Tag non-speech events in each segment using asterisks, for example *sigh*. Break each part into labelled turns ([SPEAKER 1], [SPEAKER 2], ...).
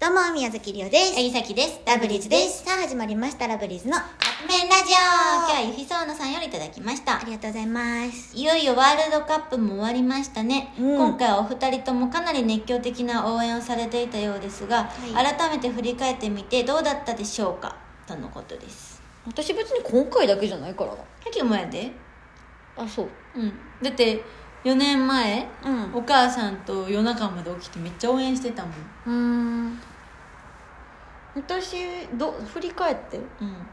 [SPEAKER 1] どうも、宮崎りおです。
[SPEAKER 2] えぎさきです。
[SPEAKER 1] ラブリーズです。。さあ、始まりました、ラブリーズの。あ
[SPEAKER 2] カップ麺ラジオ今日はゆひそうのさんよりいただきました。
[SPEAKER 1] りがとうございます。
[SPEAKER 2] いよいよワールドカップも終わりましたね、
[SPEAKER 1] うん
[SPEAKER 2] 今回はお二人ともかなり熱狂的な応援をされていたようですが、
[SPEAKER 1] はい
[SPEAKER 2] 改めて振り返ってみてどうだったでしょうかとのことです
[SPEAKER 3] 私別に今回だけじゃないからな
[SPEAKER 2] さっきもやで
[SPEAKER 3] あそう
[SPEAKER 2] うんだって4年前、
[SPEAKER 1] うん
[SPEAKER 2] お母さんと夜中まで起きてめっちゃ応援してたもん
[SPEAKER 3] うーん私ど振り返って
[SPEAKER 2] うん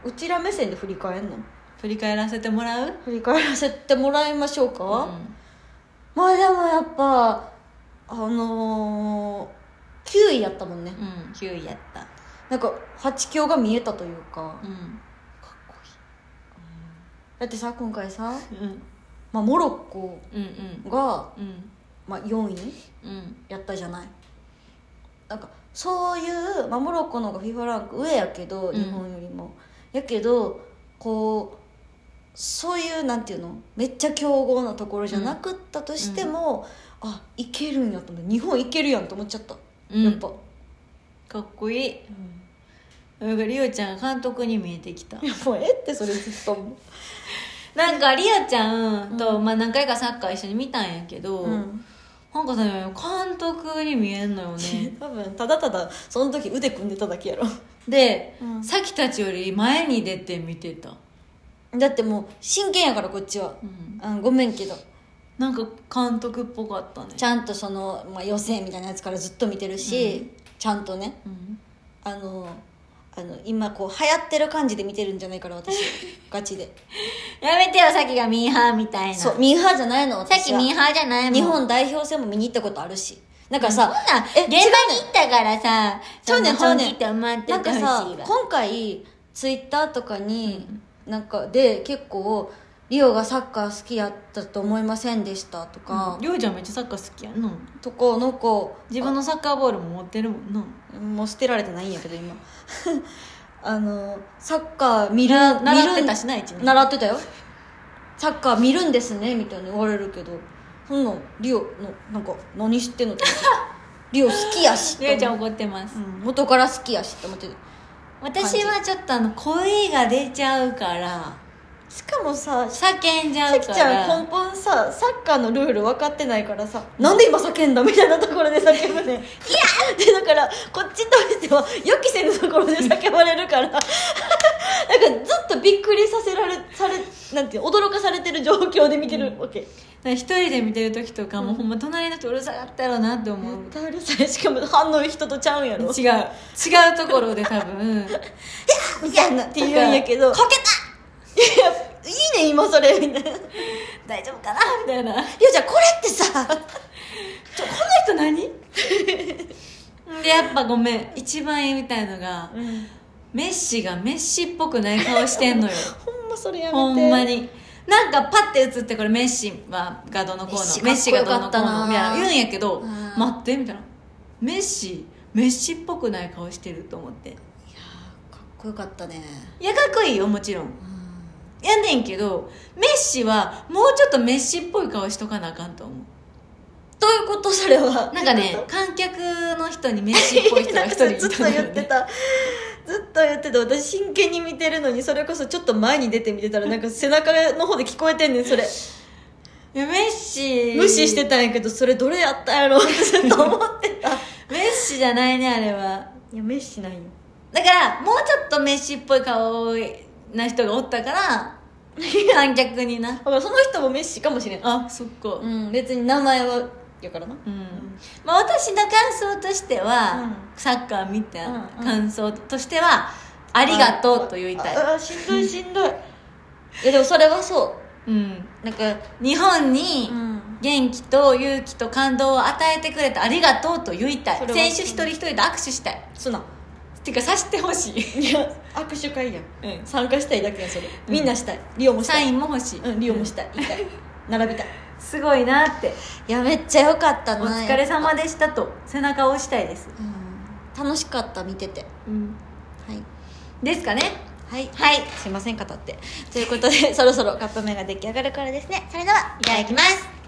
[SPEAKER 3] うちら目線で振り返んの
[SPEAKER 2] 振り返らせてもらう
[SPEAKER 3] 振り返らせてもらいましょうか、
[SPEAKER 2] うん
[SPEAKER 3] まあでもやっぱあのー、9位やったもんね
[SPEAKER 2] うん9位やった
[SPEAKER 3] なんか8強が見えたというか
[SPEAKER 2] うん
[SPEAKER 3] かっこいいだってさ今回さ、
[SPEAKER 2] うん
[SPEAKER 3] まあ、モロッコ
[SPEAKER 2] うん
[SPEAKER 3] が、
[SPEAKER 2] うんうん
[SPEAKER 3] まあ、4位
[SPEAKER 2] うん
[SPEAKER 3] やったじゃないなんかそういう、まあ、モロッコの方が FIFA ランク上やけど、
[SPEAKER 2] うん
[SPEAKER 3] 日本よりもやけどこうそういうなんていうのめっちゃ強豪なところじゃなくったとしても、あいけるんやと思って日本いけるやんと思っちゃった、
[SPEAKER 2] うん
[SPEAKER 3] やっぱ、
[SPEAKER 2] かっこいいなんかリオちゃんが監督に見えてきた
[SPEAKER 3] いやもうええってそれずっと思
[SPEAKER 2] なんかリオちゃんと、まあ、何回かサッカー一緒に見たんやけど、
[SPEAKER 3] う、うん、
[SPEAKER 2] なんかさ監督に見えんのよ
[SPEAKER 3] *laughs*
[SPEAKER 2] ね
[SPEAKER 3] 多分ただただその時腕組んでただけやろ
[SPEAKER 2] で、
[SPEAKER 3] うん
[SPEAKER 2] さきたちより前に出て見てた、
[SPEAKER 3] だってもう真剣やからこっちは、
[SPEAKER 2] うん、
[SPEAKER 3] うん、ごめんけど
[SPEAKER 2] なんか監督っぽかったね
[SPEAKER 3] ちゃんとその、まあ、予選みたいなやつからずっと見てるし、ちゃんとね
[SPEAKER 2] うん
[SPEAKER 3] あのあの今こう流行ってる感じで見てるんじゃないから
[SPEAKER 2] *laughs*
[SPEAKER 3] 私ガチで
[SPEAKER 2] やめてよさきがミーハーみたいな
[SPEAKER 3] そう
[SPEAKER 2] ミ
[SPEAKER 3] ミーハーじゃないの
[SPEAKER 2] ーハー
[SPEAKER 3] 私
[SPEAKER 2] さ
[SPEAKER 3] は
[SPEAKER 2] きミーハーじゃないもん
[SPEAKER 3] 日本代表戦も見に行ったことあるしだから
[SPEAKER 2] そん
[SPEAKER 3] さ
[SPEAKER 2] な
[SPEAKER 3] え
[SPEAKER 2] 現場に行ったからさ
[SPEAKER 3] ちゃうねんちゃうねん
[SPEAKER 2] そな本気って思
[SPEAKER 3] なん
[SPEAKER 2] って
[SPEAKER 3] か
[SPEAKER 2] てほしい
[SPEAKER 3] さ
[SPEAKER 2] わ
[SPEAKER 3] 今回ツイッターとかに、なんかで結構リオがサッカー好きやったと思いませんでしたとか、
[SPEAKER 2] りょうちゃんめっちゃサッカー好きやんの
[SPEAKER 3] とかなんか
[SPEAKER 2] 自分のサッカーボールも持ってるもんな
[SPEAKER 3] もう捨てられてないんやけど今 *laughs* あのサッカー見る
[SPEAKER 2] な
[SPEAKER 3] 見る
[SPEAKER 2] 習ってたしな一年
[SPEAKER 3] 習ってたよサッカー見るんですねみたいに言われるけどそんなんリオのなんか何知ってんの
[SPEAKER 2] *laughs*
[SPEAKER 3] って思ってリオ好きやしって
[SPEAKER 2] りょうちゃん
[SPEAKER 3] 思って
[SPEAKER 2] 怒ってます、
[SPEAKER 3] うん元から好きやしって思ってて
[SPEAKER 2] 私はちょっとあの声が出ちゃうから
[SPEAKER 3] しかもさ
[SPEAKER 2] 叫んじゃ
[SPEAKER 3] さ
[SPEAKER 2] う
[SPEAKER 3] き
[SPEAKER 2] から
[SPEAKER 3] ちゃん根本さサッカーのルール分かってないからさなんで今叫んだみたいなところで叫ぶねんいやでだからこっちとしては予期せぬところで叫ばれるからなんかずっとびっくりさせられされなんていう驚かされてる状況で見てるわけ、
[SPEAKER 2] 一人で見てる時とかもうほんま隣の人うるさかったろうなって思う、
[SPEAKER 3] 絶対うるさいしかも反応人とちゃうんやろ
[SPEAKER 2] 違う違うところで多分
[SPEAKER 3] みたいなって言うんやけどいや
[SPEAKER 2] こけ
[SPEAKER 3] いいね今それみたいなり
[SPEAKER 2] た大丈夫かなみたいな
[SPEAKER 3] おちゃんこれってさ
[SPEAKER 2] ちょこの人何でやっぱごめん一番言いたいのが、メッシがメッシっぽくない顔してんのよ
[SPEAKER 3] ほんまそれやめて
[SPEAKER 2] ほんまになんかパッて映ってこれメッシはがどうのこうの
[SPEAKER 3] メ
[SPEAKER 2] メ
[SPEAKER 3] ッ
[SPEAKER 2] ッ
[SPEAKER 3] シ
[SPEAKER 2] シ
[SPEAKER 3] かっ
[SPEAKER 2] が
[SPEAKER 3] こよ
[SPEAKER 2] どう
[SPEAKER 3] か
[SPEAKER 2] の
[SPEAKER 3] っ
[SPEAKER 2] こ
[SPEAKER 3] たな
[SPEAKER 2] うのみたいな言うんやけど
[SPEAKER 3] うん
[SPEAKER 2] 待ってみたいなメッシメッシっぽくない顔してると思って
[SPEAKER 3] かっこよかったね
[SPEAKER 2] いやかっこいいよもちろんやんねんけどメッシはもうちょっとメッシっぽい顔しとかなあかんと思う
[SPEAKER 3] どういうことそれは
[SPEAKER 2] なんかね観客の人にメッシっぽい人が
[SPEAKER 3] なん
[SPEAKER 2] 一
[SPEAKER 3] か
[SPEAKER 2] 人
[SPEAKER 3] さ
[SPEAKER 2] いた
[SPEAKER 3] ずっと
[SPEAKER 2] のよ
[SPEAKER 3] 言って
[SPEAKER 2] ね
[SPEAKER 3] たずっと言ってた私真剣に見てるのにそれこそちょっと前に出て見てたらなんか背中の方で聞こえてんねんそれ
[SPEAKER 2] *laughs* いやメッシ
[SPEAKER 3] 無視してたんやけどそれどれやったんやろってずっと思ってたい
[SPEAKER 2] メッシじゃないねあれは
[SPEAKER 3] やメッシないよ
[SPEAKER 2] だからもうちょっとメッシっぽい顔な人がおったから
[SPEAKER 3] *laughs*
[SPEAKER 2] 観客にな
[SPEAKER 3] だからその人もメッシかもしれん
[SPEAKER 2] あそっかう
[SPEAKER 3] うん別に名前はやからな
[SPEAKER 2] うんまあ、私の感想としては、サッカー見た
[SPEAKER 3] うんうん
[SPEAKER 2] 感想としては、ありがとうと言いたい、
[SPEAKER 3] ああしんどいしんどいいやでもそれはそ
[SPEAKER 2] うん、
[SPEAKER 3] うなんか
[SPEAKER 2] 日本に
[SPEAKER 3] うん
[SPEAKER 2] 元気と勇気と感動を与えてくれてありがとうと言いたい
[SPEAKER 3] そ
[SPEAKER 2] 選
[SPEAKER 3] れは
[SPEAKER 2] 手一人一人と握手したい
[SPEAKER 3] そんな
[SPEAKER 2] ていうかさしてほしい、
[SPEAKER 3] いや握手会やん
[SPEAKER 2] うん、
[SPEAKER 3] 参加したいだけやんそれ、
[SPEAKER 2] うん
[SPEAKER 3] みんなしたいリオもした
[SPEAKER 2] サ
[SPEAKER 3] い
[SPEAKER 2] イ *laughs* ンも欲しい、
[SPEAKER 3] うんリオもしたい行きたい並びたい
[SPEAKER 2] すごいなって
[SPEAKER 3] いやめっちゃ良かった
[SPEAKER 2] お
[SPEAKER 3] な
[SPEAKER 2] 疲れ様でしたと背中を押したいです、
[SPEAKER 3] うん楽しかった見てて
[SPEAKER 2] うん、
[SPEAKER 3] はい
[SPEAKER 2] ですかね
[SPEAKER 3] はい
[SPEAKER 2] はい
[SPEAKER 3] すいません語ってということでそろそろカップ麺が出来上がるからですね
[SPEAKER 1] それでは、
[SPEAKER 2] いただきます